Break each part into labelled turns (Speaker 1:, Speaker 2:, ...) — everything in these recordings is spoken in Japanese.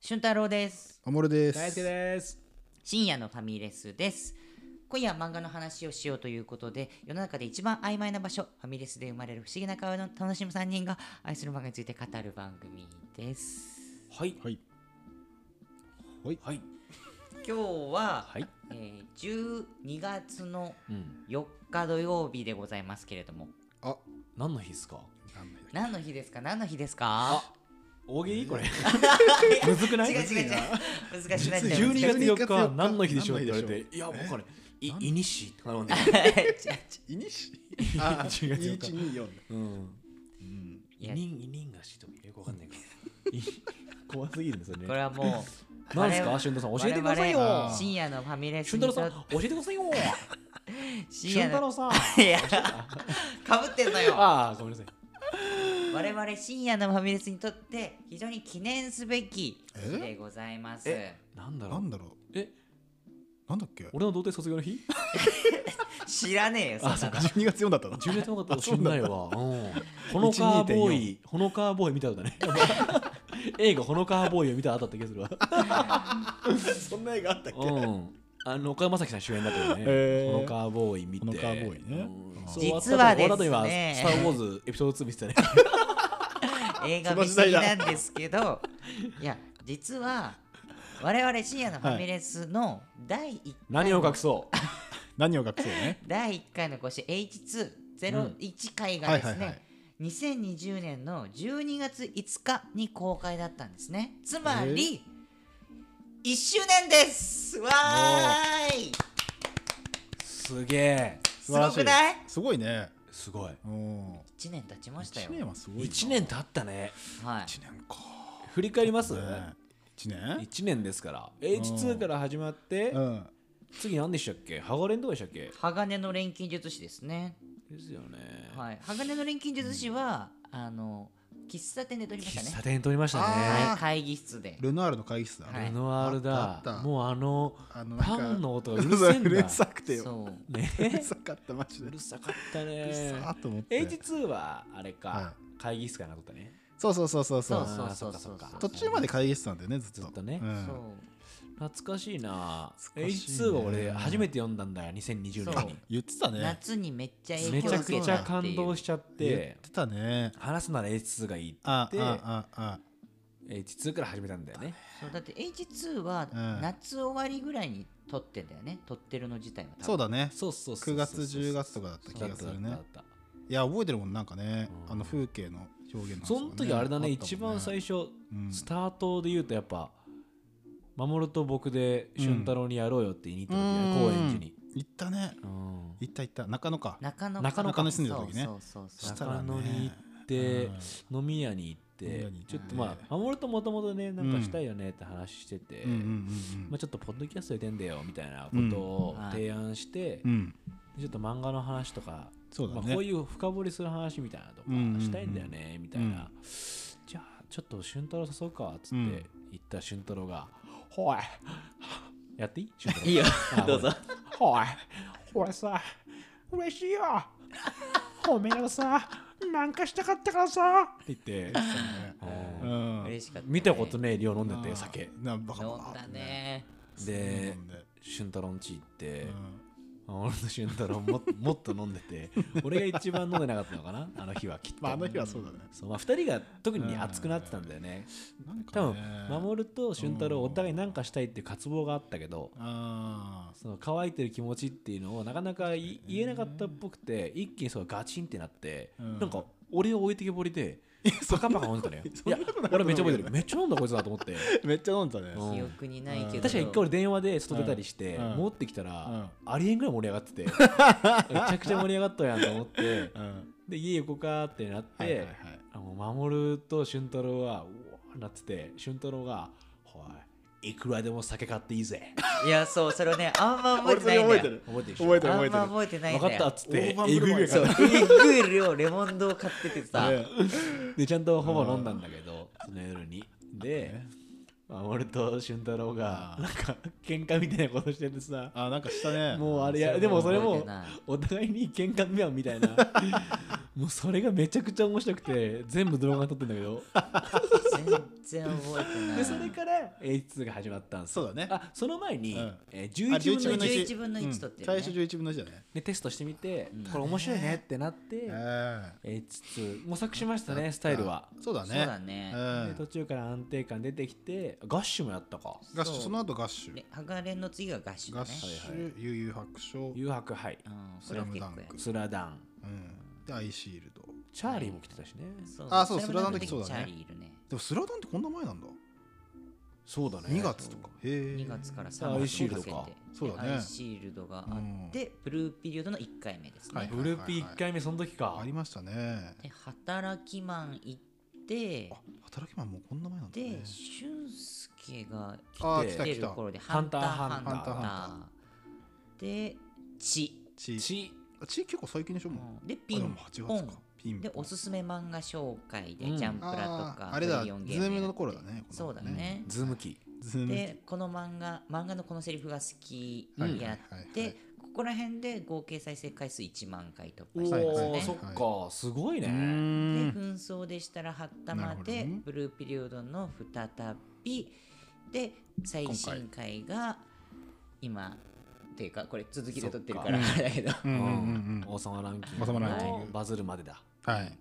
Speaker 1: 俊太郎です
Speaker 2: おもるです。
Speaker 3: 大輔です。
Speaker 1: 深夜のファミレスです今夜は漫画の話をしようということで世の中で一番曖昧な場所ファミレスで生まれる不思議な顔の楽しむ3人が愛する漫画について語る番組です
Speaker 3: はい。
Speaker 2: はい。
Speaker 3: はい。はい。
Speaker 1: 今日は、
Speaker 3: はい。
Speaker 1: えー、12月の
Speaker 3: うん。
Speaker 1: 4日土曜日でございますけれども
Speaker 2: あ、
Speaker 3: 何の日ですか。
Speaker 2: なんだっ
Speaker 1: 何の日ですか何の日ですか
Speaker 3: 大喜利これ。 むずくない。
Speaker 1: 違う違う違う難しくない
Speaker 3: 十二
Speaker 1: 違う違う
Speaker 3: 月四日は何の日でしょうって
Speaker 2: 何の
Speaker 3: 言
Speaker 2: 日
Speaker 3: わ
Speaker 2: でしょう
Speaker 3: れて、いや、もうこれ、い、いにしとかなんで。
Speaker 2: け。いにし。 あ、
Speaker 3: 10月4日
Speaker 2: 一二四。
Speaker 3: うん。
Speaker 2: うん。
Speaker 1: い
Speaker 3: い
Speaker 1: や
Speaker 3: にん、いにんがしとか、よくわかんないから。い怖すぎるね、それ
Speaker 1: これ
Speaker 3: ね。
Speaker 1: はもう
Speaker 3: なんですか、俊太さん、教えてください
Speaker 1: 我々
Speaker 3: よ。
Speaker 1: 深夜のファミレス
Speaker 3: 俊
Speaker 1: に
Speaker 3: 太
Speaker 1: と
Speaker 3: 郎さん、教えてくださいよ。
Speaker 1: 深
Speaker 3: 俊
Speaker 1: 夜
Speaker 3: 太
Speaker 1: の
Speaker 3: 郎さん。
Speaker 1: いやかぶってん のよ
Speaker 3: ああ、ごめんなさい。
Speaker 1: 我々深夜のファミレスにとって非常に記念すべき日でございます
Speaker 3: なんだろ
Speaker 2: な。
Speaker 3: うん
Speaker 2: だろう。
Speaker 3: え、
Speaker 2: なんだっけ。
Speaker 3: 俺の童貞卒業の日。
Speaker 1: 知らねえよそん
Speaker 3: あ
Speaker 1: な
Speaker 3: そ
Speaker 1: の
Speaker 2: 12月4だったな。
Speaker 3: 10年の方知んないわ。うんほのかーボーイ、ほのかーボーイ見たこと ない。映画ほのかーボーイを見た後だった気がするわ。
Speaker 2: そんな映画あったっ
Speaker 3: うん。あの岡山崎さん主演だったよね。
Speaker 2: へー
Speaker 3: ほのかーボーイ見て。
Speaker 2: ほのかーボーイね
Speaker 3: うん
Speaker 2: あー
Speaker 3: そう終わ
Speaker 1: 実は
Speaker 3: った
Speaker 1: ですね
Speaker 3: 終わった後にはスター・ウォーズエピソード2見てた ね。
Speaker 1: 映画
Speaker 2: その
Speaker 1: 見
Speaker 2: 時
Speaker 1: 過ぎ
Speaker 2: 代だ
Speaker 1: なんですけどいや実は我々深夜のファミレスの第1
Speaker 3: 何を隠そう。
Speaker 2: 何を隠そうね。
Speaker 1: 第1回の講師 H201 回が
Speaker 2: はい
Speaker 1: で
Speaker 2: は
Speaker 1: す
Speaker 2: いはい
Speaker 1: ね。2020年の12月5日に公開だったんですねつまり1周年ですわーい
Speaker 3: すげえ。
Speaker 1: すごくない
Speaker 2: すごいね。
Speaker 3: すごい。
Speaker 2: うん。
Speaker 1: 1年経ちました
Speaker 2: 一
Speaker 1: よ
Speaker 2: 年はすごいな。
Speaker 3: 1年経ったね。
Speaker 1: はい
Speaker 2: 一年か。
Speaker 3: 振り返ります
Speaker 2: ね一年。
Speaker 3: ?1 年ですから。H2 から始まって
Speaker 2: う、ん。
Speaker 3: 次何でしたっけハガレンとかでしたっけ
Speaker 1: 鋼の錬金術師ですね、
Speaker 3: ですよね。
Speaker 1: はい、鋼の錬金術師は、あの喫茶店で撮りました
Speaker 3: 喫茶
Speaker 1: ね、
Speaker 3: 店に撮りましたね
Speaker 1: はい、会議室で
Speaker 2: ルノアールの会議室だ。
Speaker 1: はい
Speaker 3: ルノワール
Speaker 2: あ
Speaker 3: だ
Speaker 2: ったあった
Speaker 3: もうあの
Speaker 2: あの
Speaker 3: パンの音がうるせえ
Speaker 2: うんる
Speaker 3: だ
Speaker 2: さくてよ。
Speaker 1: そう
Speaker 3: ね
Speaker 2: う るさかったマジで。
Speaker 3: う
Speaker 2: う
Speaker 3: るさかった
Speaker 2: る
Speaker 3: ね
Speaker 2: さーと思って。
Speaker 3: H2 はあれか
Speaker 2: は
Speaker 3: 会議室かなとったね
Speaker 2: そうそうそうそう
Speaker 1: そ
Speaker 2: そうう。
Speaker 1: そう
Speaker 3: あー
Speaker 1: そ
Speaker 3: そうっ
Speaker 1: そ
Speaker 3: か
Speaker 1: う
Speaker 3: そっか
Speaker 2: 途中まで会議室なんだよねずっと。
Speaker 3: ずっとね
Speaker 2: うん
Speaker 1: そう
Speaker 3: 懐かしいな
Speaker 2: 懐かしいね
Speaker 3: H2 は俺初めて読んだんだよ2020
Speaker 1: そ
Speaker 3: 年
Speaker 1: う
Speaker 3: に
Speaker 2: 言ってたね。
Speaker 1: 夏にめっちゃ影
Speaker 3: めち
Speaker 1: 響
Speaker 3: ゃ
Speaker 1: を受
Speaker 3: く
Speaker 1: け
Speaker 3: ち
Speaker 1: た
Speaker 3: ゃ
Speaker 1: ってい
Speaker 3: 感
Speaker 1: う
Speaker 3: 動しちゃっ
Speaker 2: 言っててたね。
Speaker 3: 話すなら H2 がいいって
Speaker 2: あ
Speaker 3: 言って
Speaker 2: ああ
Speaker 3: H2 から始めたんだよね
Speaker 1: そうだって H2 は
Speaker 2: うん
Speaker 1: 夏終わりぐらいに撮ってんだよね撮ってるの自体は多分
Speaker 2: そうだね
Speaker 3: そうそうそう
Speaker 2: 9月10月とかだった気がするね
Speaker 3: だっただった
Speaker 2: いや覚えてるもんなんかね
Speaker 3: うん
Speaker 2: あの風景の表現の話と
Speaker 3: そ
Speaker 2: か
Speaker 3: の時あれだね
Speaker 2: ったもん
Speaker 3: 一番最初
Speaker 2: うん
Speaker 3: スタートで言うとやっぱ守と僕で俊太郎にやろうよって言いに行った時ね、
Speaker 2: うん
Speaker 3: 高円寺に、
Speaker 2: 行ったね
Speaker 3: うん、
Speaker 2: 行った行った中野か
Speaker 1: 中野
Speaker 3: 中野
Speaker 2: 中野住んでた時ね
Speaker 1: そうそうそうそう
Speaker 2: したらね
Speaker 3: 中野に行って
Speaker 2: うん
Speaker 3: 飲み屋に行
Speaker 2: 飲み
Speaker 3: って
Speaker 2: 屋に行って
Speaker 3: ちょっとまあ守ともともとねなんかしたいよねって話してて、
Speaker 2: うんうんうんう
Speaker 3: まあ、
Speaker 2: ん
Speaker 3: ちょっとポッドキャストやってんだよみたいなことを
Speaker 1: うん
Speaker 3: 提案して、
Speaker 2: うん
Speaker 3: ちょっと漫画の話とか、
Speaker 2: そうだ
Speaker 3: まあ、こう
Speaker 2: ね
Speaker 3: いう深掘りする話みたいなとか
Speaker 2: うんうんうん
Speaker 3: したいんだよねみたいな、
Speaker 2: うん
Speaker 3: じゃあちょっと俊太郎誘うかっつって
Speaker 2: うん
Speaker 3: 言った俊太郎が「ほいやっていい?俊太郎」
Speaker 1: いいよ
Speaker 3: あ
Speaker 1: どうぞ
Speaker 3: ほい俺さ嬉しいよおめえがさなんかしたかったからさって言って、
Speaker 2: う
Speaker 3: うん
Speaker 2: ん
Speaker 1: 嬉しかったね
Speaker 3: 見たことねえ量飲んでて酒
Speaker 2: なバカ
Speaker 1: 飲
Speaker 2: バ
Speaker 1: ん
Speaker 2: カ
Speaker 1: だね
Speaker 3: で
Speaker 2: 飲んで
Speaker 3: 俊太郎んち行って、
Speaker 2: うん
Speaker 3: 俺と俊太郎ももっと飲んでて俺が一番飲んでなかったのかなあの日はきっと、
Speaker 2: まああの日はそうだね
Speaker 3: そうまあ、2人が特に熱くなってたんだよね。
Speaker 2: なんか
Speaker 3: 多分
Speaker 2: ね
Speaker 3: 守と俊太
Speaker 2: う
Speaker 3: 郎
Speaker 2: ん
Speaker 3: お互い何かしたいっていう渇望があったけど
Speaker 2: あ
Speaker 3: その乾いてる気持ちっていうのをなかなかい言えなかったっぽくて一気にそうガチンってなって、
Speaker 2: うん
Speaker 3: なんか俺を置いてけぼりでパカパカ飲んでたのよ。い
Speaker 2: そん
Speaker 3: や
Speaker 2: なことなかった
Speaker 3: 俺めっちゃ覚えてるめっちゃ飲んだこいつだと思って。
Speaker 2: ーめっちゃ飲んでたね
Speaker 3: うん
Speaker 1: 記憶にないけど
Speaker 3: 確か一回俺電話で外出たりして、
Speaker 2: うん
Speaker 3: 戻ってきたら、
Speaker 2: う
Speaker 3: ありえんぐらい盛り上 がっててめちゃくちゃ盛り上がったやんと思って
Speaker 2: うん
Speaker 3: で家横かってなって、
Speaker 2: はいはいはい
Speaker 3: あの守と俊太郎はうおーなってて俊太郎が「ほいいくらでも酒買っていいぜ
Speaker 1: いやそうそれをねあんま覚え
Speaker 2: 俺
Speaker 1: て
Speaker 2: そ
Speaker 1: ないんだよ
Speaker 2: れ覚えてる覚え
Speaker 3: 覚えてるでしょ
Speaker 2: てる
Speaker 1: あ
Speaker 2: 覚
Speaker 1: ん
Speaker 2: えて
Speaker 1: ま
Speaker 2: る
Speaker 1: 覚えてない
Speaker 3: 分
Speaker 1: んだ
Speaker 3: かっ
Speaker 1: よ
Speaker 3: た」っつって
Speaker 2: 大盤
Speaker 3: え
Speaker 2: 振
Speaker 3: ぐ
Speaker 2: る
Speaker 3: いぐ
Speaker 2: 舞い
Speaker 3: らい
Speaker 1: え
Speaker 3: 買っ
Speaker 1: ぐい量レモンドを買っててさ
Speaker 2: ね
Speaker 3: たでちゃんとほぼ飲んだんだけどその夜にで
Speaker 2: ね
Speaker 3: 守と俊太郎が
Speaker 2: あー
Speaker 3: なんか喧嘩みたいなことしててさ
Speaker 2: あなんかしたね
Speaker 3: もうあれ
Speaker 1: それ
Speaker 3: や
Speaker 1: も
Speaker 3: でもそれ
Speaker 1: 覚え
Speaker 3: も
Speaker 1: てない
Speaker 3: お互いに喧嘩見合うみたいなもうそれがめちゃくちゃ面白くて全部動画撮ってんだけど
Speaker 1: 全然覚えてない
Speaker 3: でそれから8が始まったんですよ
Speaker 2: そうだね
Speaker 3: あその前に、
Speaker 2: うん
Speaker 3: えー
Speaker 2: あ
Speaker 3: 11分の1
Speaker 1: 11分の1取ってるね
Speaker 2: 最初11分の1だね
Speaker 3: でテストしてみて、
Speaker 1: うん
Speaker 3: これ面白いねってなって、
Speaker 2: え
Speaker 3: えーつつ模索しましたねスタイルは、
Speaker 2: えそうだ
Speaker 1: そうだ
Speaker 2: ね
Speaker 1: ね、
Speaker 3: で途中から安定感出てきてガッシュもやったか
Speaker 2: うん合唱その後合唱
Speaker 1: で鋼連の次が合宿だ
Speaker 2: 合
Speaker 1: ね
Speaker 2: 唱
Speaker 3: はいはい
Speaker 2: 悠々白書
Speaker 3: 誘白杯
Speaker 1: うん
Speaker 2: スラムダン
Speaker 1: これは
Speaker 2: ク
Speaker 1: 結
Speaker 3: スラダン
Speaker 2: うんでアイシールド
Speaker 3: チャーリーも来てたしね、
Speaker 1: 構や
Speaker 2: あそう
Speaker 1: れは
Speaker 2: スラダンの時そうだね
Speaker 1: チャーリーいるね
Speaker 2: でもスラダンってこんな前なんだ
Speaker 3: そうだね
Speaker 2: 2月とかへえ
Speaker 1: 2月から3
Speaker 3: アイ
Speaker 1: 月
Speaker 3: シ
Speaker 1: に
Speaker 3: ール
Speaker 1: か
Speaker 3: ド
Speaker 1: け
Speaker 3: か
Speaker 1: て
Speaker 2: そうだね
Speaker 1: でアイシールドがあって、ブルーピリオドの1回目ですね、
Speaker 2: はい
Speaker 3: ブルーピ1回目その時か、
Speaker 2: ありましたね
Speaker 1: で働きマン行って
Speaker 2: あ働きマンもうこんな前なんだね
Speaker 1: で俊介が
Speaker 2: あー
Speaker 3: 来
Speaker 2: 来
Speaker 3: て
Speaker 2: た
Speaker 1: 出
Speaker 2: 来
Speaker 1: る
Speaker 2: た
Speaker 1: 頃で「
Speaker 3: ハ
Speaker 1: ハ
Speaker 3: ン
Speaker 1: ン
Speaker 3: タ
Speaker 1: ター
Speaker 3: ーハ
Speaker 1: ハ
Speaker 3: ン
Speaker 1: ン
Speaker 3: タ
Speaker 1: タ
Speaker 3: ー
Speaker 1: ー」
Speaker 2: ハ
Speaker 1: で「血
Speaker 2: ちち
Speaker 3: ち
Speaker 2: 結構最近でしょもう
Speaker 1: で
Speaker 2: あ
Speaker 1: 「ピ
Speaker 2: で
Speaker 1: ン
Speaker 2: も8
Speaker 1: ポ
Speaker 2: 月
Speaker 1: ン
Speaker 2: か」ピン
Speaker 1: でおすすめ漫画紹介で「ジャンプラ」と
Speaker 2: あ
Speaker 1: か
Speaker 2: ーあ
Speaker 1: ト
Speaker 2: れ
Speaker 1: リ
Speaker 2: だズ
Speaker 1: リオンゲームやっ
Speaker 2: ー
Speaker 1: て
Speaker 2: ムの頃だね
Speaker 1: そうだね
Speaker 3: ズーム機
Speaker 2: ズーム
Speaker 1: でこの漫画漫画のこのセリフが好き
Speaker 2: はい
Speaker 1: や
Speaker 2: はい
Speaker 1: っ
Speaker 2: はいは
Speaker 1: て
Speaker 2: い
Speaker 1: ここら辺で合計再生回数1万回突
Speaker 3: お
Speaker 1: 破し
Speaker 3: お、
Speaker 1: てます
Speaker 2: はいはい
Speaker 1: ね
Speaker 3: そっかすごいうね、
Speaker 1: で
Speaker 2: ー
Speaker 1: 紛
Speaker 2: ん
Speaker 1: 争でしたらはった
Speaker 2: な
Speaker 1: ま
Speaker 2: るほど
Speaker 1: で
Speaker 2: ね
Speaker 1: ブルーピリオドの再びで最新回が今っていうかこれ続きで撮ってるから
Speaker 3: そ
Speaker 1: あれだけど
Speaker 2: うんうんうんうん
Speaker 3: 王様ランキング
Speaker 2: 王様
Speaker 1: ランキ
Speaker 2: ング
Speaker 3: バズるまでだ
Speaker 2: はい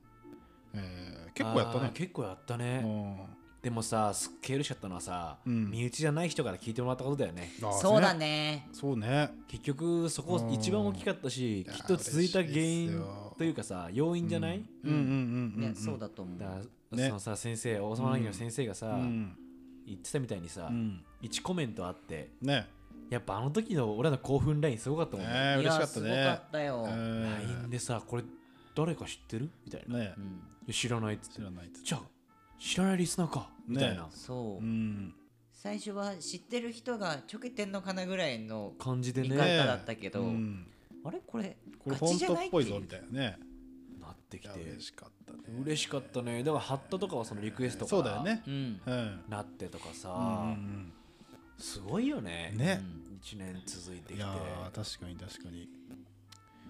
Speaker 2: えー結構やった
Speaker 3: あー
Speaker 2: ね
Speaker 3: 結構やったね、
Speaker 2: う
Speaker 3: でもさすっげえ嬉しかったのはさ、
Speaker 2: うん
Speaker 3: 身内じゃない人から聞いてもらったことだよね
Speaker 2: ん
Speaker 1: そうだね
Speaker 2: そうね
Speaker 3: 結局そこ一番大きかったし、
Speaker 2: うん
Speaker 3: きっと続いた
Speaker 2: いやー
Speaker 3: 原
Speaker 2: 嬉しいっす
Speaker 3: 因
Speaker 2: よ
Speaker 3: というかさ要因じゃない、
Speaker 2: うんうんうんうん
Speaker 1: ねそうだと思
Speaker 3: だ
Speaker 1: う
Speaker 3: から
Speaker 2: ね
Speaker 3: そのさ先生王様ランキングの先生がさ、
Speaker 2: うん
Speaker 3: 言ってたみたいにさ、
Speaker 2: うん
Speaker 3: 1コメントあって
Speaker 2: ね
Speaker 3: やっぱあの時の俺らの興奮ラインすごかったもんね
Speaker 2: ね
Speaker 1: い
Speaker 2: 嬉し
Speaker 1: や
Speaker 2: かった
Speaker 1: すご
Speaker 2: ね
Speaker 1: かったよ
Speaker 2: う
Speaker 1: うん
Speaker 2: ん
Speaker 3: LINE でさこれ誰か知ってるみたいな、い
Speaker 2: ね
Speaker 3: や知らないっつって
Speaker 2: 知らないっつって
Speaker 3: じゃあ知らないリスナーかみたいな
Speaker 2: ね
Speaker 1: そううん最初は知ってる人がちょけてんのかなぐらいの
Speaker 3: 感じで
Speaker 1: 見
Speaker 3: ね
Speaker 1: 方だったけ
Speaker 2: う
Speaker 1: ど
Speaker 2: ん
Speaker 1: あれこれ
Speaker 2: これ
Speaker 1: ガ
Speaker 2: 本
Speaker 1: チじゃ
Speaker 2: 当っ
Speaker 1: ないって
Speaker 2: ぽいぞ
Speaker 1: い
Speaker 2: み
Speaker 1: う
Speaker 2: たいなね
Speaker 3: なって
Speaker 2: い
Speaker 3: き
Speaker 2: や
Speaker 3: て
Speaker 2: 嬉しかったね
Speaker 3: 嬉しかったねだからハットとかはそのリクエストから
Speaker 2: そうだよね
Speaker 1: うん
Speaker 2: うん
Speaker 3: なってとかさ、
Speaker 2: うん
Speaker 3: すごいよね
Speaker 2: うんね
Speaker 3: 1年続いてき
Speaker 2: い
Speaker 3: て
Speaker 2: やー確かに確かにいやー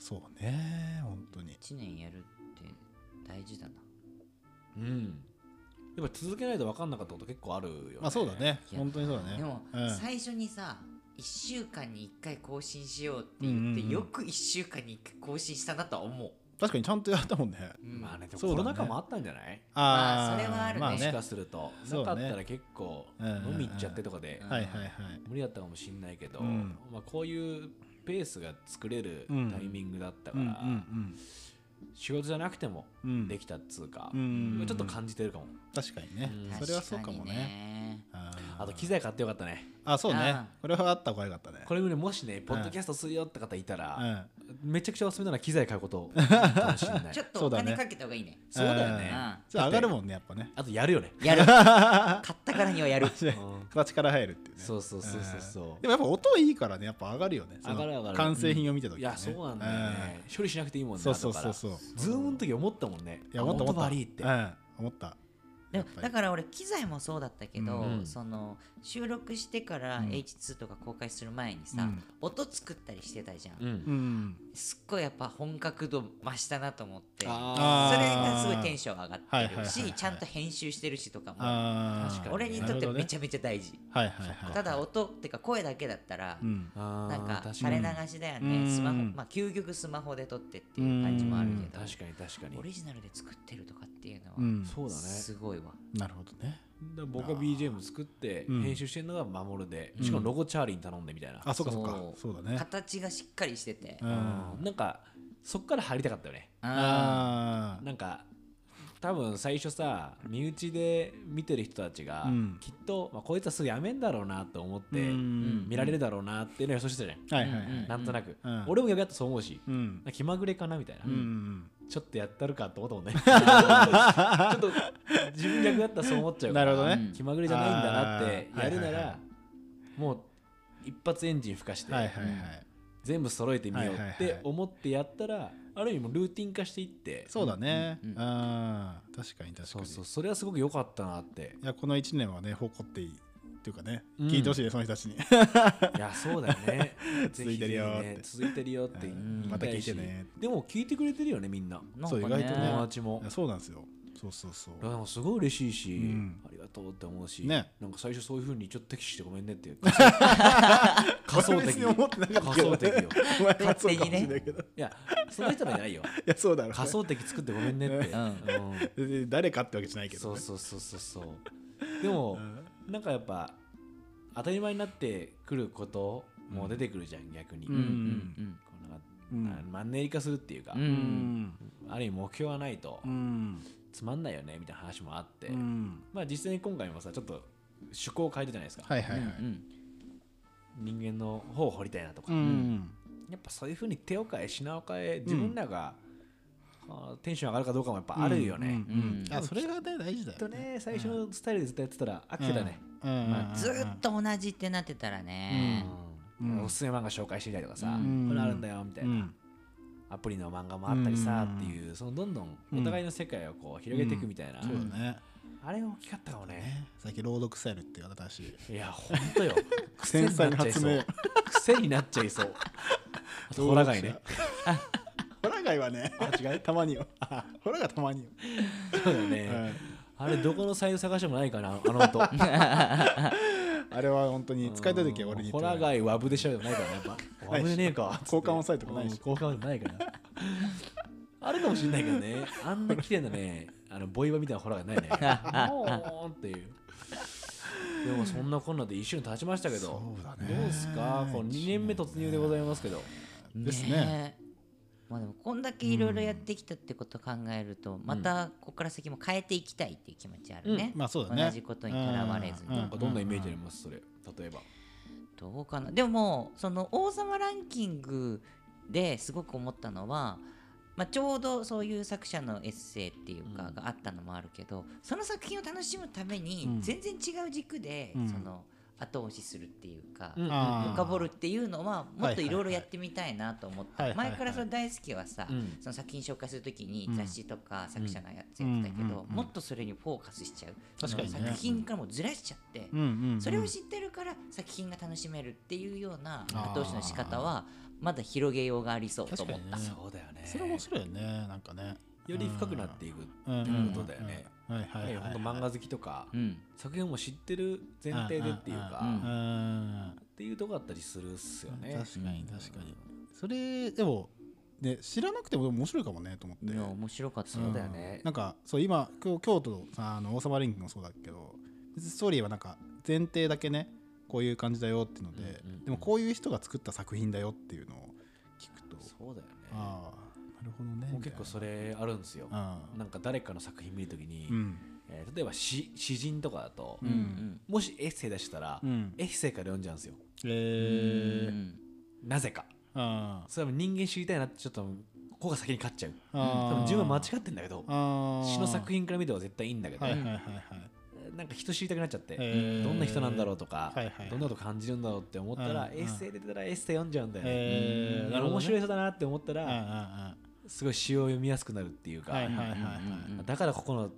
Speaker 2: そうね本当に
Speaker 1: 1年やるって大事だな
Speaker 3: うんやっぱ続けないと分かんなかったこと結構あるよね
Speaker 2: まあそうだね
Speaker 1: いや
Speaker 2: 本当にそうだね
Speaker 1: でも、
Speaker 2: うん
Speaker 1: 最初にさ1週間に1回更新しようって言って、
Speaker 2: うんうんうん
Speaker 1: よく1週間に1回更新したなとは思う、
Speaker 2: 確かにちゃんとやったもんね
Speaker 1: うん
Speaker 3: まあねでも
Speaker 2: そう
Speaker 3: コ
Speaker 2: だね
Speaker 3: ロナ禍もあったんじゃない、
Speaker 1: まあそ
Speaker 2: ー
Speaker 1: れはあるね
Speaker 2: ま
Speaker 3: も
Speaker 2: ね
Speaker 3: し
Speaker 2: は
Speaker 3: か
Speaker 2: い
Speaker 3: すると、
Speaker 2: そう
Speaker 3: なか
Speaker 2: だ
Speaker 3: っ
Speaker 2: ね
Speaker 3: たら結構
Speaker 2: うんうんうん
Speaker 3: 飲み行っちゃってとかで、
Speaker 2: はいはい
Speaker 3: 無理だったかもしんないけど、
Speaker 2: うん
Speaker 3: まあ、こういうペースが作れるタ
Speaker 2: うん
Speaker 3: イミングだった
Speaker 2: う
Speaker 3: か
Speaker 2: んう
Speaker 3: ら、
Speaker 2: ん
Speaker 3: 仕事じゃなくても
Speaker 2: うんうん
Speaker 3: できたっつうか、
Speaker 2: うんうんうん
Speaker 3: ちょっと感じてるかも、
Speaker 2: 確かにね
Speaker 3: うん
Speaker 2: それはそうかも
Speaker 1: 確に
Speaker 2: ね
Speaker 1: ね
Speaker 3: あと機材買ってよかったね
Speaker 2: あそうね
Speaker 1: あ
Speaker 2: これはあった方が良かったね
Speaker 3: これもねもしねポッドキャストするよって方いたら、
Speaker 2: うん
Speaker 3: めちゃくちゃおすすめなのは機材買うことかもしれな い
Speaker 1: ちょっと
Speaker 2: そう
Speaker 1: お
Speaker 2: だね
Speaker 1: 金かけた方がいいね
Speaker 3: そうだよね
Speaker 2: んちょっと上がるもんねやっぱね
Speaker 3: あとやるよね、
Speaker 1: や る買ったからにはやる
Speaker 3: うん
Speaker 2: 形から入るっていうね
Speaker 3: そうそうそうそう
Speaker 2: うん
Speaker 3: そ
Speaker 2: でもやっぱ音いいからねやっぱ上がるよねその
Speaker 3: 上がる上がる
Speaker 2: 完成品を見た時
Speaker 3: う
Speaker 2: ね
Speaker 3: いやそうなんだよね処理しなくていいもん
Speaker 2: うん
Speaker 3: ね
Speaker 2: そうそう
Speaker 3: 後
Speaker 2: そうそう
Speaker 3: からズームの時思ったもんね
Speaker 2: いや思った
Speaker 3: あ
Speaker 2: 思
Speaker 3: 音
Speaker 2: った
Speaker 3: 悪いって、
Speaker 2: うん思った
Speaker 1: で
Speaker 2: や
Speaker 1: も
Speaker 2: っぱり
Speaker 1: だから俺機材もそうだったけど、
Speaker 3: うん
Speaker 1: その収録してから
Speaker 2: うん
Speaker 1: H2 とか公開する前にさ、
Speaker 2: うん
Speaker 1: 音作ったりしてたじゃん、
Speaker 3: うん
Speaker 2: うん
Speaker 1: すっごいやっぱ本格度増したなと思って
Speaker 3: あ
Speaker 1: そ
Speaker 2: ー
Speaker 1: れがすごいテンション上がってるし、
Speaker 2: はいはいはいはい
Speaker 1: ちゃんと編集してるしとかも
Speaker 2: あ
Speaker 3: 確か
Speaker 2: ー
Speaker 1: 俺にとってめち
Speaker 2: ゃ
Speaker 1: ゃめちゃ大事、
Speaker 2: はいはいはい
Speaker 1: ただ音ってか声だけだったら、
Speaker 2: うん
Speaker 3: あー
Speaker 1: なんか
Speaker 3: 確
Speaker 1: 垂
Speaker 3: か
Speaker 1: れ
Speaker 3: に
Speaker 1: 流しだよねスマホ
Speaker 2: うん
Speaker 1: まあ究極スマホで撮ってっていう感じもある
Speaker 2: うん
Speaker 1: けど
Speaker 3: 確かに確かに
Speaker 1: オリジナルで作ってるとかっていうのは、
Speaker 2: うん
Speaker 3: そうだね
Speaker 1: すごいわ
Speaker 2: なるほどね
Speaker 3: だから僕は BGM 作って
Speaker 2: うん
Speaker 3: 編集してるのが守るで、しかもロゴチャーリーに頼んでみたいな、
Speaker 2: あそうかそうか
Speaker 1: そ
Speaker 2: そううだね
Speaker 1: 形がしっかりしてて、
Speaker 2: う
Speaker 1: あ
Speaker 2: ん
Speaker 3: うんなんかそっから入りたかったよね
Speaker 1: あ
Speaker 2: あー
Speaker 3: なんか多分最初さ身内で見てる人たちが、
Speaker 2: うん
Speaker 3: きっと、まあ、こいつはすぐやめんだろうなと思って、
Speaker 2: うん
Speaker 3: 見られるだろうなっていうのを予想してたじゃん、
Speaker 2: はいはいは
Speaker 1: うん
Speaker 2: い
Speaker 3: なんとなく、
Speaker 2: うん
Speaker 3: 俺も逆だとそう思うし、
Speaker 2: うん
Speaker 3: 気まぐれかなみたいな、
Speaker 2: うん
Speaker 3: ちょっとやったるかと思 ったもんねちょっと自分逆だったらそう思っちゃうから
Speaker 2: なるほどね
Speaker 3: 気まぐれじゃないんだなって
Speaker 2: あー
Speaker 3: やるなら、
Speaker 2: はいはいは
Speaker 3: もう一発エンジン吹かして、
Speaker 2: はいはいはい
Speaker 3: 全部揃えてみよ
Speaker 2: はい
Speaker 3: うっ
Speaker 2: はいは
Speaker 3: て
Speaker 2: い
Speaker 3: 思ってやったら、ある意味もうルーティン化していって
Speaker 2: そうだね
Speaker 1: うんうん
Speaker 2: あー確かに確
Speaker 3: そ
Speaker 2: か
Speaker 3: う
Speaker 2: に
Speaker 3: そうそれはすごく良かった なって
Speaker 2: いやこの1年はね誇っていいっていうかね
Speaker 3: うん
Speaker 2: 聞いてほしいねその人たちに
Speaker 3: いやそうだよね
Speaker 2: 続いてるよーって
Speaker 3: ぜひぜひね続いてるよって言いたいし
Speaker 1: うん
Speaker 2: また聞いてね
Speaker 3: でも聞いてくれてるよねみんな
Speaker 1: なん
Speaker 2: そう
Speaker 1: か
Speaker 2: 意外と
Speaker 3: 友
Speaker 2: ね
Speaker 1: ね
Speaker 3: 達も
Speaker 2: いやそうなんですよそうそうそう
Speaker 3: いやでもすごい嬉しいし、
Speaker 2: うん
Speaker 3: ありがとうって思うし、
Speaker 2: ね
Speaker 3: なんか最初そういうふうにちょっと敵視してごめんねっていう 仮想
Speaker 2: 俺別に
Speaker 3: 的
Speaker 2: 思ってなかった
Speaker 3: 仮
Speaker 2: けど
Speaker 3: 想的 よ
Speaker 2: お前はそうか
Speaker 1: 勝手
Speaker 2: もし
Speaker 1: に
Speaker 2: れ
Speaker 1: ね
Speaker 2: ないけどい
Speaker 3: いやその人はいないよ
Speaker 2: やそうだろうね
Speaker 3: 仮想的作ってごめんねって、
Speaker 1: う
Speaker 3: うんん
Speaker 2: 別に誰かってわけじゃないけ
Speaker 3: そ
Speaker 2: ど
Speaker 3: う
Speaker 2: ね
Speaker 3: そうそうそうそうでも、
Speaker 2: うん
Speaker 3: なんかやっぱ当たり前になってくることも出てくるじゃん、逆に、
Speaker 1: うんうん
Speaker 3: こうなんか
Speaker 2: うん
Speaker 3: あマンネリ化するっていうか、
Speaker 1: うんう
Speaker 2: うんん
Speaker 3: ある意味目標はないと、
Speaker 2: うん
Speaker 3: つまんないよねみたいな話もあって、
Speaker 2: うん
Speaker 3: まあ実際に今回もさちょっと趣向を変えたじゃないですか、
Speaker 2: はいはいはい
Speaker 1: うん
Speaker 3: 人間の方を掘りたいなとか、
Speaker 2: うん
Speaker 3: やっぱそういうふうに手を変え品を変え自分らが、あーテンション上がるかどうかもやっぱあるよね、
Speaker 2: うんうん
Speaker 1: うん
Speaker 2: あそれがね大事だ
Speaker 3: きっと
Speaker 2: よね
Speaker 3: ね最初のスタイルでずっとやってたら飽きてたね、
Speaker 2: うん
Speaker 3: ま
Speaker 1: ずーっと同じってなってたらね
Speaker 3: うん
Speaker 2: うん
Speaker 3: おすすめ漫画紹介してみたりとかさ、
Speaker 2: ん
Speaker 3: これあるんだよみたいな、
Speaker 2: うん
Speaker 3: アプリの漫画もあったりさ、
Speaker 2: うん
Speaker 3: っていうそのどんどんお互いの世界をこう広げていくみたいな、
Speaker 2: そうだね
Speaker 3: あれが大きかったかもね、
Speaker 2: ね最近朗読スタイルっていう新しい
Speaker 3: いやほん とよ
Speaker 2: 繊細な発明
Speaker 3: 癖になっちゃいそうあ とホラガイね
Speaker 2: ホラガイはね違うたまによホラがたまによ
Speaker 3: そうだよね、あれどこのサイト探してもないかなあの音
Speaker 2: あれは本当に使いたい時は俺に
Speaker 3: ホラガイワブでしょでもないからね やっぱワブでねえか
Speaker 2: 交換はサイトがないし
Speaker 3: 交換はないから あるかもしれないけどねあんな綺麗なねあのボイバみたいなホラガイないねもーんっていうでもそんなこんなで一週間経ちましたけど
Speaker 2: そうだね
Speaker 3: どうですかこの2年目突入でございますけど
Speaker 2: ですね
Speaker 1: ねえまあでもこんだけいろいろやってきたってことを考えるとまたここから先も変えていきたいっていう気持ちあるね
Speaker 2: まあそうだね
Speaker 1: 同じことにとらわれずに
Speaker 2: うんう
Speaker 3: なん
Speaker 2: ん
Speaker 3: かどんなイメージありますそれ例えば
Speaker 1: どうかなでももうその王様ランキングですごく思ったのは、まあ、ちょうどそういう作者のエッセイっていうか
Speaker 3: うん
Speaker 1: があったのもあるけど、その作品を楽しむために
Speaker 2: うん
Speaker 1: 全然違う軸で、
Speaker 2: うん
Speaker 1: その後押しするっていうか、
Speaker 3: うん
Speaker 2: あー
Speaker 1: 深掘るっていうのはもっと
Speaker 2: はいはいはい
Speaker 1: いろいろやってみたいなと思った、
Speaker 2: はいはいはい
Speaker 1: 前からその大好きはさ、
Speaker 3: うん
Speaker 1: その作品紹介するときに
Speaker 2: うん
Speaker 1: 雑誌とか作者のやつ
Speaker 2: う
Speaker 1: や
Speaker 2: ん
Speaker 1: ってたけど、
Speaker 2: うんうんうん
Speaker 1: もっとそれにフォーカスしちゃう
Speaker 2: 確かにね
Speaker 1: その作品からもずらしちゃって、
Speaker 2: うんうん
Speaker 1: それを知ってるから作品が楽しめるっていうような
Speaker 2: あー
Speaker 1: 後押しの仕方はまだ広げようがありそうと
Speaker 2: 確か
Speaker 1: 思っ
Speaker 2: にね
Speaker 1: た。
Speaker 3: そうだよね
Speaker 2: それ面白いよねなんかね
Speaker 3: より深くなっていく
Speaker 2: うん
Speaker 3: っていうことだよね
Speaker 2: うんはいはい
Speaker 3: ね
Speaker 2: は
Speaker 3: ほ
Speaker 2: い
Speaker 3: んと漫画好きとか
Speaker 1: うん、
Speaker 3: 作品をもう知ってる前提でっていう
Speaker 1: うんうんうん
Speaker 3: か
Speaker 2: うん
Speaker 3: っていうとこあったりするっすよね
Speaker 2: 確かに確かにそれでもね知らなくても面白いかもねと思って
Speaker 1: いや面白かった
Speaker 3: そうだよね
Speaker 2: なんかそう今今日京都のあの王様リングもそうだけど別にストーリーはなんか前提だけねこういう感じだよっていうので、
Speaker 3: うんうんうん
Speaker 2: でもこういう人が作った作品だよっていうのを聞くと
Speaker 3: そうだよね
Speaker 2: ああなるほどね
Speaker 3: もう結構それあるんですよ
Speaker 2: あ
Speaker 3: なんか誰かの作品見るときに
Speaker 2: うん
Speaker 3: えー例えば詩詩人とかだと
Speaker 2: う
Speaker 1: うんん
Speaker 3: もしエッセイ出したら
Speaker 2: うん
Speaker 3: エッセイから読んじゃうんですよ
Speaker 2: え
Speaker 1: うんう
Speaker 2: ー
Speaker 1: ん
Speaker 3: なぜか
Speaker 2: あ
Speaker 3: それは人間知りたいなってちょっとここが先に勝っちゃう
Speaker 2: ああ
Speaker 3: 多
Speaker 2: あ
Speaker 3: 分自分は間違ってんだけど
Speaker 2: ああ
Speaker 3: 詩の作品から見ては絶対いいんだけど
Speaker 2: はいはいはいはい
Speaker 3: なんか人知りたくなっちゃって
Speaker 2: へー
Speaker 3: どんな人なんだろうとか
Speaker 2: はいはいはい
Speaker 3: どんなこと感じるんだろうって思った
Speaker 2: う
Speaker 3: ら
Speaker 2: んうん
Speaker 3: エッセイ出てたらエッセイ読んじゃうんだよね
Speaker 2: えーなるほどね
Speaker 3: 面白い人だなって思った
Speaker 2: うんうんうん
Speaker 3: らすごい詩を読みやすくなるっていうか
Speaker 2: はいはいはいはい
Speaker 1: うん
Speaker 3: だからここの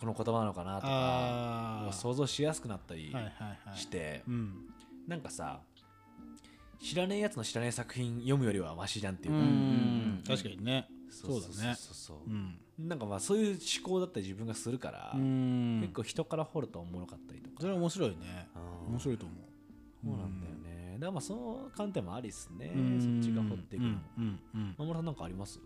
Speaker 3: この言葉なのかなとか
Speaker 2: あ
Speaker 3: もう
Speaker 2: あ
Speaker 3: 想像しやすくなったり
Speaker 2: はいはいはい
Speaker 3: して
Speaker 2: うん
Speaker 3: なんかさ知らねえやつの知らねえ作品読むよりはマシじゃんっていううか
Speaker 2: ん確かにね
Speaker 3: そ
Speaker 2: そううだね
Speaker 3: そうそうそう
Speaker 2: うん
Speaker 3: なんかまあそういう思考だったり自分がするから、
Speaker 2: うん
Speaker 3: 結構人から掘るとおもろかったりとか
Speaker 2: それは面白いね面
Speaker 3: い
Speaker 2: 白いと思う
Speaker 3: そうなんだよねだからまあその観点もありっすね
Speaker 2: うん
Speaker 3: そっちが掘っていくのも
Speaker 2: うんうんうん
Speaker 3: 守、さんなんかあります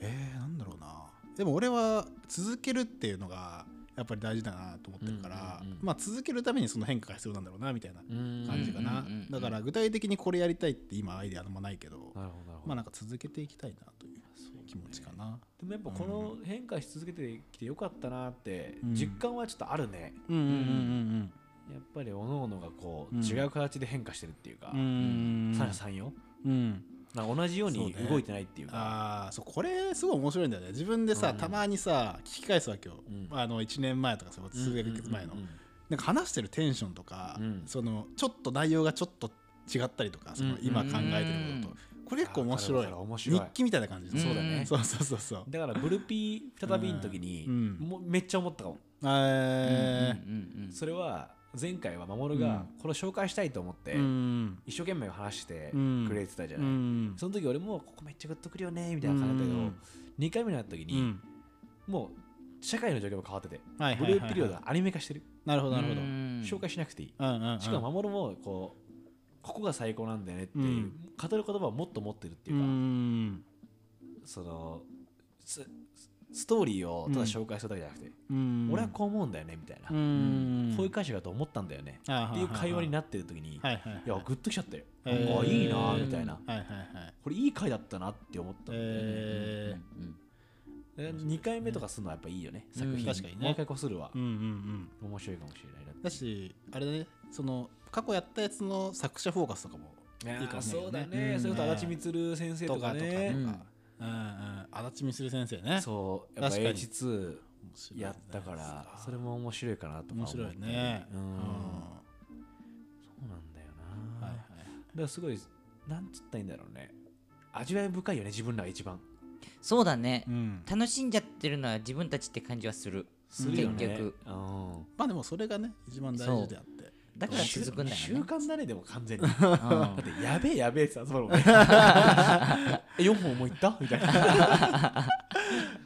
Speaker 2: えー、なんだろうなでも俺は続けるっていうのがやっぱり大事だなと思ってるから、
Speaker 3: うんうんうん
Speaker 2: まあ続けるためにその変化が必要なんだろうなみたいな感
Speaker 3: 感
Speaker 2: じかな、
Speaker 1: うんうんうんうん
Speaker 2: だから具体的にこれやりたいって今アイデアもないけど、
Speaker 3: なるほどなるほど、
Speaker 2: まあなんか続けていきたいなという
Speaker 3: そうね
Speaker 2: 気持ちかな
Speaker 3: でもやっぱこの変化し続けてきてよかったなって
Speaker 2: うん
Speaker 3: 実感はちょっとあるね、
Speaker 2: うんうんうん
Speaker 3: やっぱりおのおのがこう
Speaker 2: うん
Speaker 3: 違う形で変化してるっていうか、
Speaker 2: ん
Speaker 3: さやさんよ
Speaker 2: うん
Speaker 3: なんか同じように
Speaker 2: そうね
Speaker 3: 動いてないっていうか
Speaker 2: あーそうこれすごい面白いんだよね自分でさ、
Speaker 3: うん
Speaker 2: たまにさ聞き返すわけよ、
Speaker 3: うん
Speaker 2: あの1年前とかさ数ヶ月前の、
Speaker 3: うんうんうん
Speaker 2: なんか話してるテンションとか、
Speaker 3: うん
Speaker 2: そのちょっと内容がちょっと違ったりとかその
Speaker 3: うん
Speaker 2: 今考えてることと、これ結構面白い
Speaker 3: あわかるわかる面白い
Speaker 2: 日記みたいな感じ
Speaker 1: うんそうだ
Speaker 3: ね
Speaker 2: そうそうそうそう
Speaker 3: だからブルピー再びの時に、
Speaker 2: うん
Speaker 3: もうめっちゃ思ったかも
Speaker 2: え
Speaker 1: うんうん
Speaker 3: それは前回は守
Speaker 2: う
Speaker 3: が
Speaker 2: ん
Speaker 3: これを紹介したいと思って
Speaker 2: ーうん
Speaker 3: 一生懸命話して
Speaker 2: うん
Speaker 3: くれてたじゃ
Speaker 2: う
Speaker 3: ない、
Speaker 2: ん
Speaker 3: その時俺もここめっちゃグッとくるよねみたいな感じだったけど、
Speaker 2: うん
Speaker 3: 2回目の時
Speaker 2: う
Speaker 3: に
Speaker 2: ん
Speaker 3: もう社会の状況も変わってて、
Speaker 2: はいはい
Speaker 3: ブ
Speaker 2: はいはい
Speaker 3: ルーピリオドはアニメ化してる、
Speaker 2: なるほどなるほど。
Speaker 3: 紹介しなくていい、
Speaker 2: うんうんうん
Speaker 3: しかも守るもこうここが最高なんだよねっていう、
Speaker 2: うん
Speaker 3: 語る言葉をもっと持ってるって
Speaker 2: う
Speaker 3: いうか、
Speaker 2: ん
Speaker 3: そのスストーリーをただ紹介するだけじゃなくて、
Speaker 2: うん
Speaker 3: 俺はこう思うんだよねみたいな、
Speaker 2: うん
Speaker 3: こういう解釈だと思ったんだよね、
Speaker 2: っ
Speaker 3: っていう会話に
Speaker 2: な
Speaker 3: なってる時に、
Speaker 2: はいはいはい
Speaker 3: いやグッときちゃったよ、
Speaker 2: へー
Speaker 3: あいいなみたいな
Speaker 2: はいはいはい
Speaker 3: これいい回だったなって思ったんだよね、
Speaker 2: え
Speaker 3: 2回目とかするのはやっぱいいよね、作品
Speaker 2: 確かにね
Speaker 3: もう一回こするは
Speaker 2: ーうんうんうん
Speaker 3: 面白いかもしれないなって
Speaker 2: だしあれだねその過去やったやつの作者フォーカスとかもいいかもしれない
Speaker 3: そうだね、それこそ足立光先生
Speaker 2: と
Speaker 3: と
Speaker 2: か
Speaker 3: か
Speaker 2: とかとか
Speaker 3: ね
Speaker 2: うんうん足立みする先生ね
Speaker 3: そうやっぱ
Speaker 2: 確かに
Speaker 3: H2
Speaker 2: 面白いね
Speaker 3: やったからそれも面白いかなとか思
Speaker 2: 面
Speaker 3: ったり
Speaker 2: 白いね
Speaker 3: うん
Speaker 2: うん
Speaker 3: そうなんだよな、
Speaker 2: はいは
Speaker 3: だからすごいなんつったらいいんだろうね味わい深いよね自分らが一番
Speaker 1: そうだね
Speaker 2: いうん
Speaker 1: 楽しんじゃってるのは自分たちって感じはする
Speaker 3: するよね
Speaker 1: 結局
Speaker 3: うん
Speaker 2: まあでもそれがね一番大事であって
Speaker 1: だから続くんだ
Speaker 3: 習
Speaker 1: よね
Speaker 3: 慣だねでも完全にだ
Speaker 1: うん
Speaker 3: ってやべえやべえって集まるもんねえ4本もいったみたいな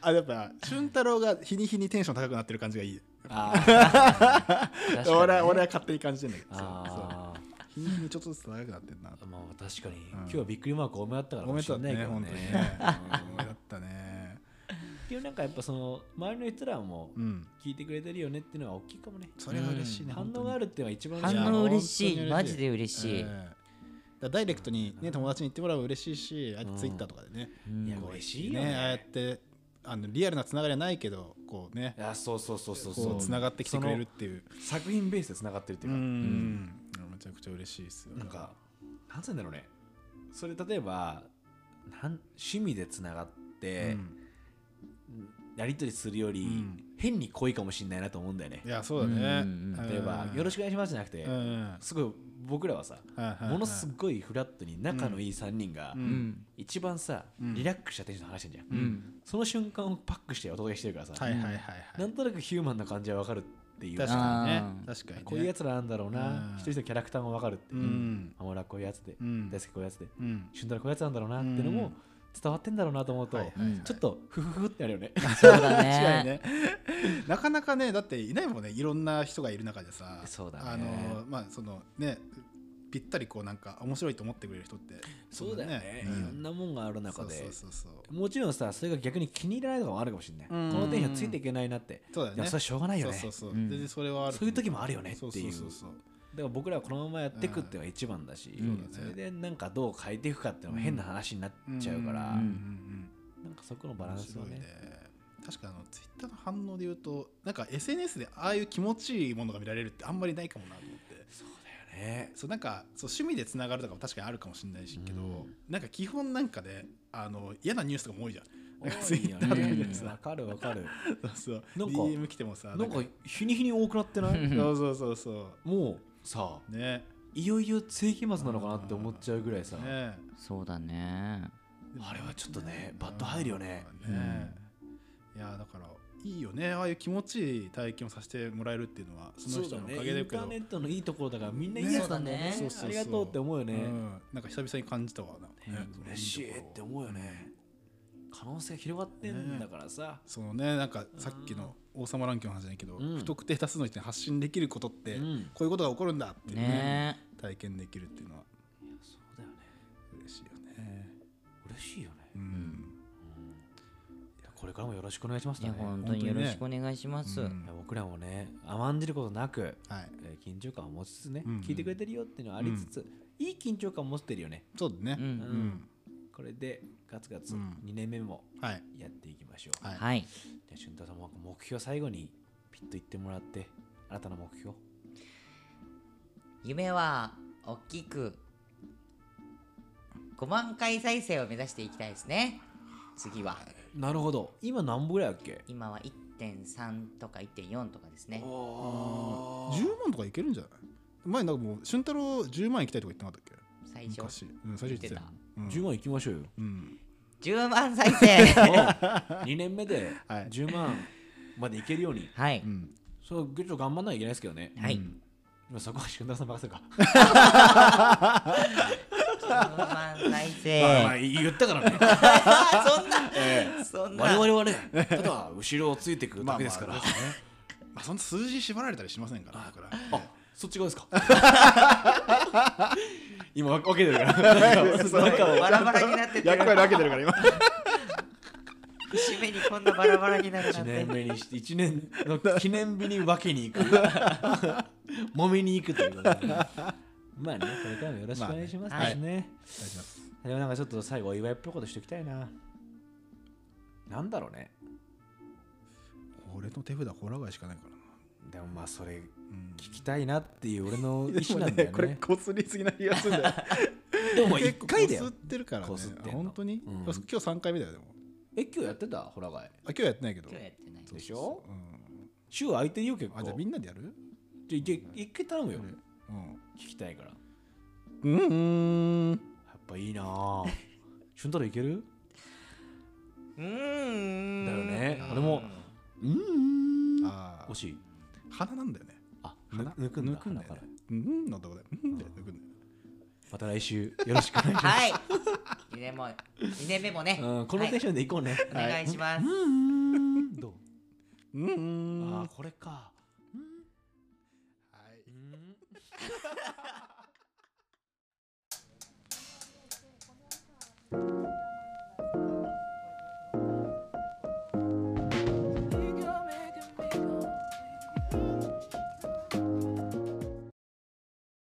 Speaker 2: あやっぱ俊太郎が日に日にテンション高くなってる感じがいい
Speaker 3: あー確かに ね
Speaker 2: 俺は俺は勝手に感じてんだけどそう
Speaker 3: あ
Speaker 2: 日に日にちょっとずつ高くなってんな
Speaker 3: ーまあ確かに、今日はびっくりマーク多めだったか
Speaker 2: ご
Speaker 3: らかも
Speaker 2: めん
Speaker 3: しれ
Speaker 2: だ
Speaker 3: な
Speaker 2: ね
Speaker 3: いけど
Speaker 2: 本当にねごめんだったね
Speaker 3: っていうなんかやっぱその周りの人らも
Speaker 2: うん
Speaker 3: 聞いてくれてるよねっていうのは大きいかもね、
Speaker 2: それは嬉しいね
Speaker 3: 反
Speaker 2: 本当
Speaker 3: 応
Speaker 2: に
Speaker 3: があるっていうのが一番
Speaker 2: いや
Speaker 1: 反応嬉し
Speaker 2: 本当に嬉し
Speaker 1: い
Speaker 2: い
Speaker 1: マジで嬉し
Speaker 2: え
Speaker 1: い
Speaker 2: えだからダイレクトにね友達に言ってもらうの嬉しいしあ
Speaker 3: うん
Speaker 2: ツイッターとかでね
Speaker 1: うん
Speaker 3: いや
Speaker 2: こう
Speaker 3: 嬉しいよね
Speaker 2: ああやってあのリアルなつながりはないけどこうね
Speaker 3: いやそうそうそうそうそ
Speaker 2: こ
Speaker 3: う
Speaker 2: うつながってきてくれるっていう
Speaker 3: その作品ベースでつながってるっていうか、
Speaker 2: うんめちゃくちゃ嬉しいですよ
Speaker 3: なんかなんつうんだろうねそれ例えばなん趣味でつながっ
Speaker 2: う
Speaker 3: て、
Speaker 2: ん
Speaker 3: やり取りするより、
Speaker 2: うん
Speaker 3: 変に濃いかもしれないなと思うんだよね
Speaker 2: いやそうだね
Speaker 1: うん
Speaker 3: 例えば、よろし
Speaker 2: く
Speaker 3: くお願いしますじゃなくて、すごい僕らはさ、ものす
Speaker 2: ご
Speaker 3: ごいフラットに仲のいい3人が、
Speaker 2: う
Speaker 1: うんん
Speaker 3: 一番さ、
Speaker 2: うん
Speaker 3: リラックスしたテンションで話してんじゃん、
Speaker 1: うん
Speaker 3: その瞬間をパックしてお届けしてるからさ、
Speaker 2: はいはいはいは
Speaker 3: ないんとなくヒューマンな感じは分かるっていう
Speaker 2: 確
Speaker 3: か
Speaker 2: かにね
Speaker 1: あー
Speaker 2: 確かにね
Speaker 3: こういうやつらなんだろう
Speaker 2: うん
Speaker 3: な一人一人キャラクターも分かるって
Speaker 2: う
Speaker 3: いうんアモラこういうやつで
Speaker 2: うん
Speaker 3: 大輔こういうやつで
Speaker 2: うん
Speaker 3: 俊太郎こういうやつなんだろうなっていうの
Speaker 2: う
Speaker 3: も
Speaker 2: ん
Speaker 3: 伝わってんだろうなと思うと
Speaker 2: はいはい
Speaker 1: はいうん
Speaker 3: ちょっとフフフってなる よね
Speaker 1: そうだ
Speaker 2: 確かに
Speaker 1: ね
Speaker 2: ね なかなかねだっていないもんねいろんな人がいる中でさ
Speaker 3: そうだね
Speaker 2: あのまあそのねぴったりこうなんか面白いと思ってくれる人って
Speaker 3: そうだよねいろ
Speaker 2: うん
Speaker 3: なもんがある中
Speaker 2: そ
Speaker 3: で
Speaker 2: うそうそうそう
Speaker 3: もちろんさそれが逆に気に入らないとかもあるかもしれないこ
Speaker 2: うん
Speaker 3: のテンションついていけないなって
Speaker 2: そうだよ
Speaker 3: いや
Speaker 2: ね
Speaker 3: それはしょうがないよね
Speaker 2: そうそうそう
Speaker 1: うん
Speaker 2: 全然それはある
Speaker 3: そういう時もあるよねっていう
Speaker 2: そうそうそう
Speaker 3: だから僕らはこのままやっていくっていうのが一番だし
Speaker 2: うん
Speaker 3: それでなんかどう変えていくかっていうのも変な話になっちゃうから
Speaker 1: うん
Speaker 3: なんかそこの
Speaker 2: バ
Speaker 3: バラ
Speaker 2: ラ
Speaker 3: ン
Speaker 2: ン
Speaker 3: ス
Speaker 2: ス
Speaker 3: を
Speaker 2: ね
Speaker 3: ね
Speaker 2: 確かあのツイッターの反応で言うとなんか SNS でああいう気持ちいいものが見られるってあんまりないかもなと思って
Speaker 3: そうだよね
Speaker 2: そうなんかそう趣味でつながるとかも確かにあるかもしれないしけど、
Speaker 3: うん
Speaker 2: なんか基本なんかであの嫌なニュースとかも多い じゃんなんか
Speaker 3: 多いよ
Speaker 2: Twitter
Speaker 3: ね
Speaker 2: とかで
Speaker 3: うんわ
Speaker 2: さ
Speaker 3: かるわかる
Speaker 2: そうそう
Speaker 3: なんか
Speaker 2: DM 来てもさ
Speaker 3: なんか日に日に多くなってな
Speaker 1: う
Speaker 3: い
Speaker 1: ん
Speaker 2: そうそうそうそ
Speaker 3: もうさ
Speaker 2: うね
Speaker 3: いよいよ世紀末なのかなって思っちゃうぐらいさ、
Speaker 2: ね
Speaker 1: そうだね
Speaker 3: あれはちょっとねバット入るよね、
Speaker 2: うんねいやだからいいよねああいう気持ちいい体験をさせてもらえるっていうのはその人のおかげ
Speaker 3: イ
Speaker 2: だ
Speaker 3: ン
Speaker 2: け
Speaker 3: タ
Speaker 2: ど
Speaker 3: ーネットのいいところだからみんないい
Speaker 1: ね
Speaker 3: やつなんだよね
Speaker 1: そう
Speaker 2: だね
Speaker 3: ありがとうって思うよね、
Speaker 2: うんなんか久々に感じたわなんかね
Speaker 3: 嬉しいって思うよね可能性が広がってんだからさ、
Speaker 2: そのねなんかさっきの王様ランキングの話じゃないけど、
Speaker 3: うん
Speaker 2: 不特定多数の人に発信できることって、
Speaker 3: うん
Speaker 2: こういうことが起こるんだっていうね
Speaker 1: ね
Speaker 2: 体験できるっていうのは
Speaker 3: そうだよね
Speaker 2: 嬉しいよね
Speaker 3: 嬉しいよね、
Speaker 2: う
Speaker 3: い
Speaker 2: ん、
Speaker 3: やこれからもよろしくお願いします
Speaker 1: い
Speaker 3: だ
Speaker 1: や
Speaker 3: ね
Speaker 1: 本当によろしくお願いします
Speaker 2: うん
Speaker 3: いや僕らもね甘んじることなく、
Speaker 2: はい
Speaker 3: えー緊張感を持ちつつね、
Speaker 2: うん
Speaker 3: 聞いてくれてるよっていうのはありつつ、いい緊張感を持ってるよね
Speaker 2: そうだね
Speaker 1: う
Speaker 2: うん、
Speaker 1: ん
Speaker 3: これでガツガツ
Speaker 2: うん
Speaker 3: 2年目も
Speaker 2: はい
Speaker 3: やっていきましょう。
Speaker 2: はい、
Speaker 1: はい
Speaker 3: じゃあ、俊太さんも目標最後にピッと言ってもらって、新たな目標。
Speaker 1: 夢は大きく5万回再生を目指していきたいですね次は
Speaker 3: なるほど。今何本ぐらいだっけ
Speaker 1: 今は1.3とか1.4とかですね
Speaker 3: おー
Speaker 2: 10万とかいけるんじゃない前なんかもう俊太郎10万行きたいとか言ってなかったっ
Speaker 1: 最
Speaker 2: け
Speaker 1: 初
Speaker 2: 昔、うん、最初言ってたようん
Speaker 3: 10万いきましょう よ。
Speaker 2: うん
Speaker 1: 10万再 生
Speaker 3: 2年目で
Speaker 2: はい
Speaker 3: 10万までいけるように。
Speaker 1: はい
Speaker 2: うん
Speaker 3: そう、ぐっと頑張んなきゃいけないですけどね。
Speaker 1: は
Speaker 2: う
Speaker 1: い
Speaker 2: ん
Speaker 3: 今そこは俊太さん任せるか。
Speaker 1: 10万再
Speaker 3: まあま
Speaker 1: 生
Speaker 3: あ言ったからね。
Speaker 1: そんなそそんな
Speaker 3: 我々はね、ただ後ろをついていくだけですから。
Speaker 2: まあまあですねまあそんな数字に縛られたりしませんから、僕ら。
Speaker 3: あそっち側ですか 今わ分けてるから
Speaker 1: なんかバラバラになってて
Speaker 2: 役割分けてるから今。
Speaker 1: 節目にこんなバラバラになるな
Speaker 3: 1
Speaker 1: ん
Speaker 3: 年
Speaker 1: て
Speaker 3: 目にして1年の記念日に分けに行く揉めに行くということでまあねこれからもよろしくお願いします
Speaker 1: まあね
Speaker 3: で
Speaker 2: お願
Speaker 3: すね
Speaker 2: いします
Speaker 3: でもなんかちょっと最後お祝いっぽいことしておきたいななんだろうね
Speaker 2: 俺の手札ホラー街しかないからな。
Speaker 3: でもまあそれ
Speaker 2: うん
Speaker 3: 聞きたいなっていう俺の意
Speaker 2: で
Speaker 3: 思
Speaker 2: も
Speaker 3: なんだ
Speaker 2: ね
Speaker 3: よ
Speaker 2: これ
Speaker 3: ね
Speaker 2: こすりすぎな気がするんだよ。
Speaker 3: でも一回だ
Speaker 2: 結構こ
Speaker 3: よ
Speaker 2: すってるからね
Speaker 3: こすってん。の
Speaker 2: 本当に、
Speaker 3: うん
Speaker 2: 今日3回目だよ、でも。
Speaker 3: え今日やってたホラガイ
Speaker 2: あ今日やってないけど。
Speaker 1: 今日やってない
Speaker 3: でしょ
Speaker 2: うん
Speaker 3: 週空いてるよ結構
Speaker 2: あ、じゃあみんなでやる
Speaker 3: じゃあいけ一回頼むよ
Speaker 2: うん。
Speaker 3: 聞きたいからや
Speaker 2: うんうーん。
Speaker 3: っぱいいな ぁ俊太郎いける
Speaker 1: うーん
Speaker 3: だよね俺も
Speaker 2: うん。ああ
Speaker 3: 惜。しい
Speaker 2: 鼻なんだよね。
Speaker 3: あぬ
Speaker 2: 鼻
Speaker 3: 抜くんだ
Speaker 2: 抜くんだ
Speaker 3: 鼻
Speaker 2: よ
Speaker 3: か
Speaker 2: ねう
Speaker 3: ら。
Speaker 2: んのとこで。うんで抜くんだよ。
Speaker 3: また来週よろしくお願いします
Speaker 1: はい2年も2年目もね
Speaker 3: うんこのテンションでいこうね
Speaker 1: はいお願いします
Speaker 3: うーんど
Speaker 2: う
Speaker 3: う
Speaker 2: んうん。
Speaker 3: あーこれか
Speaker 2: はい。
Speaker 3: うん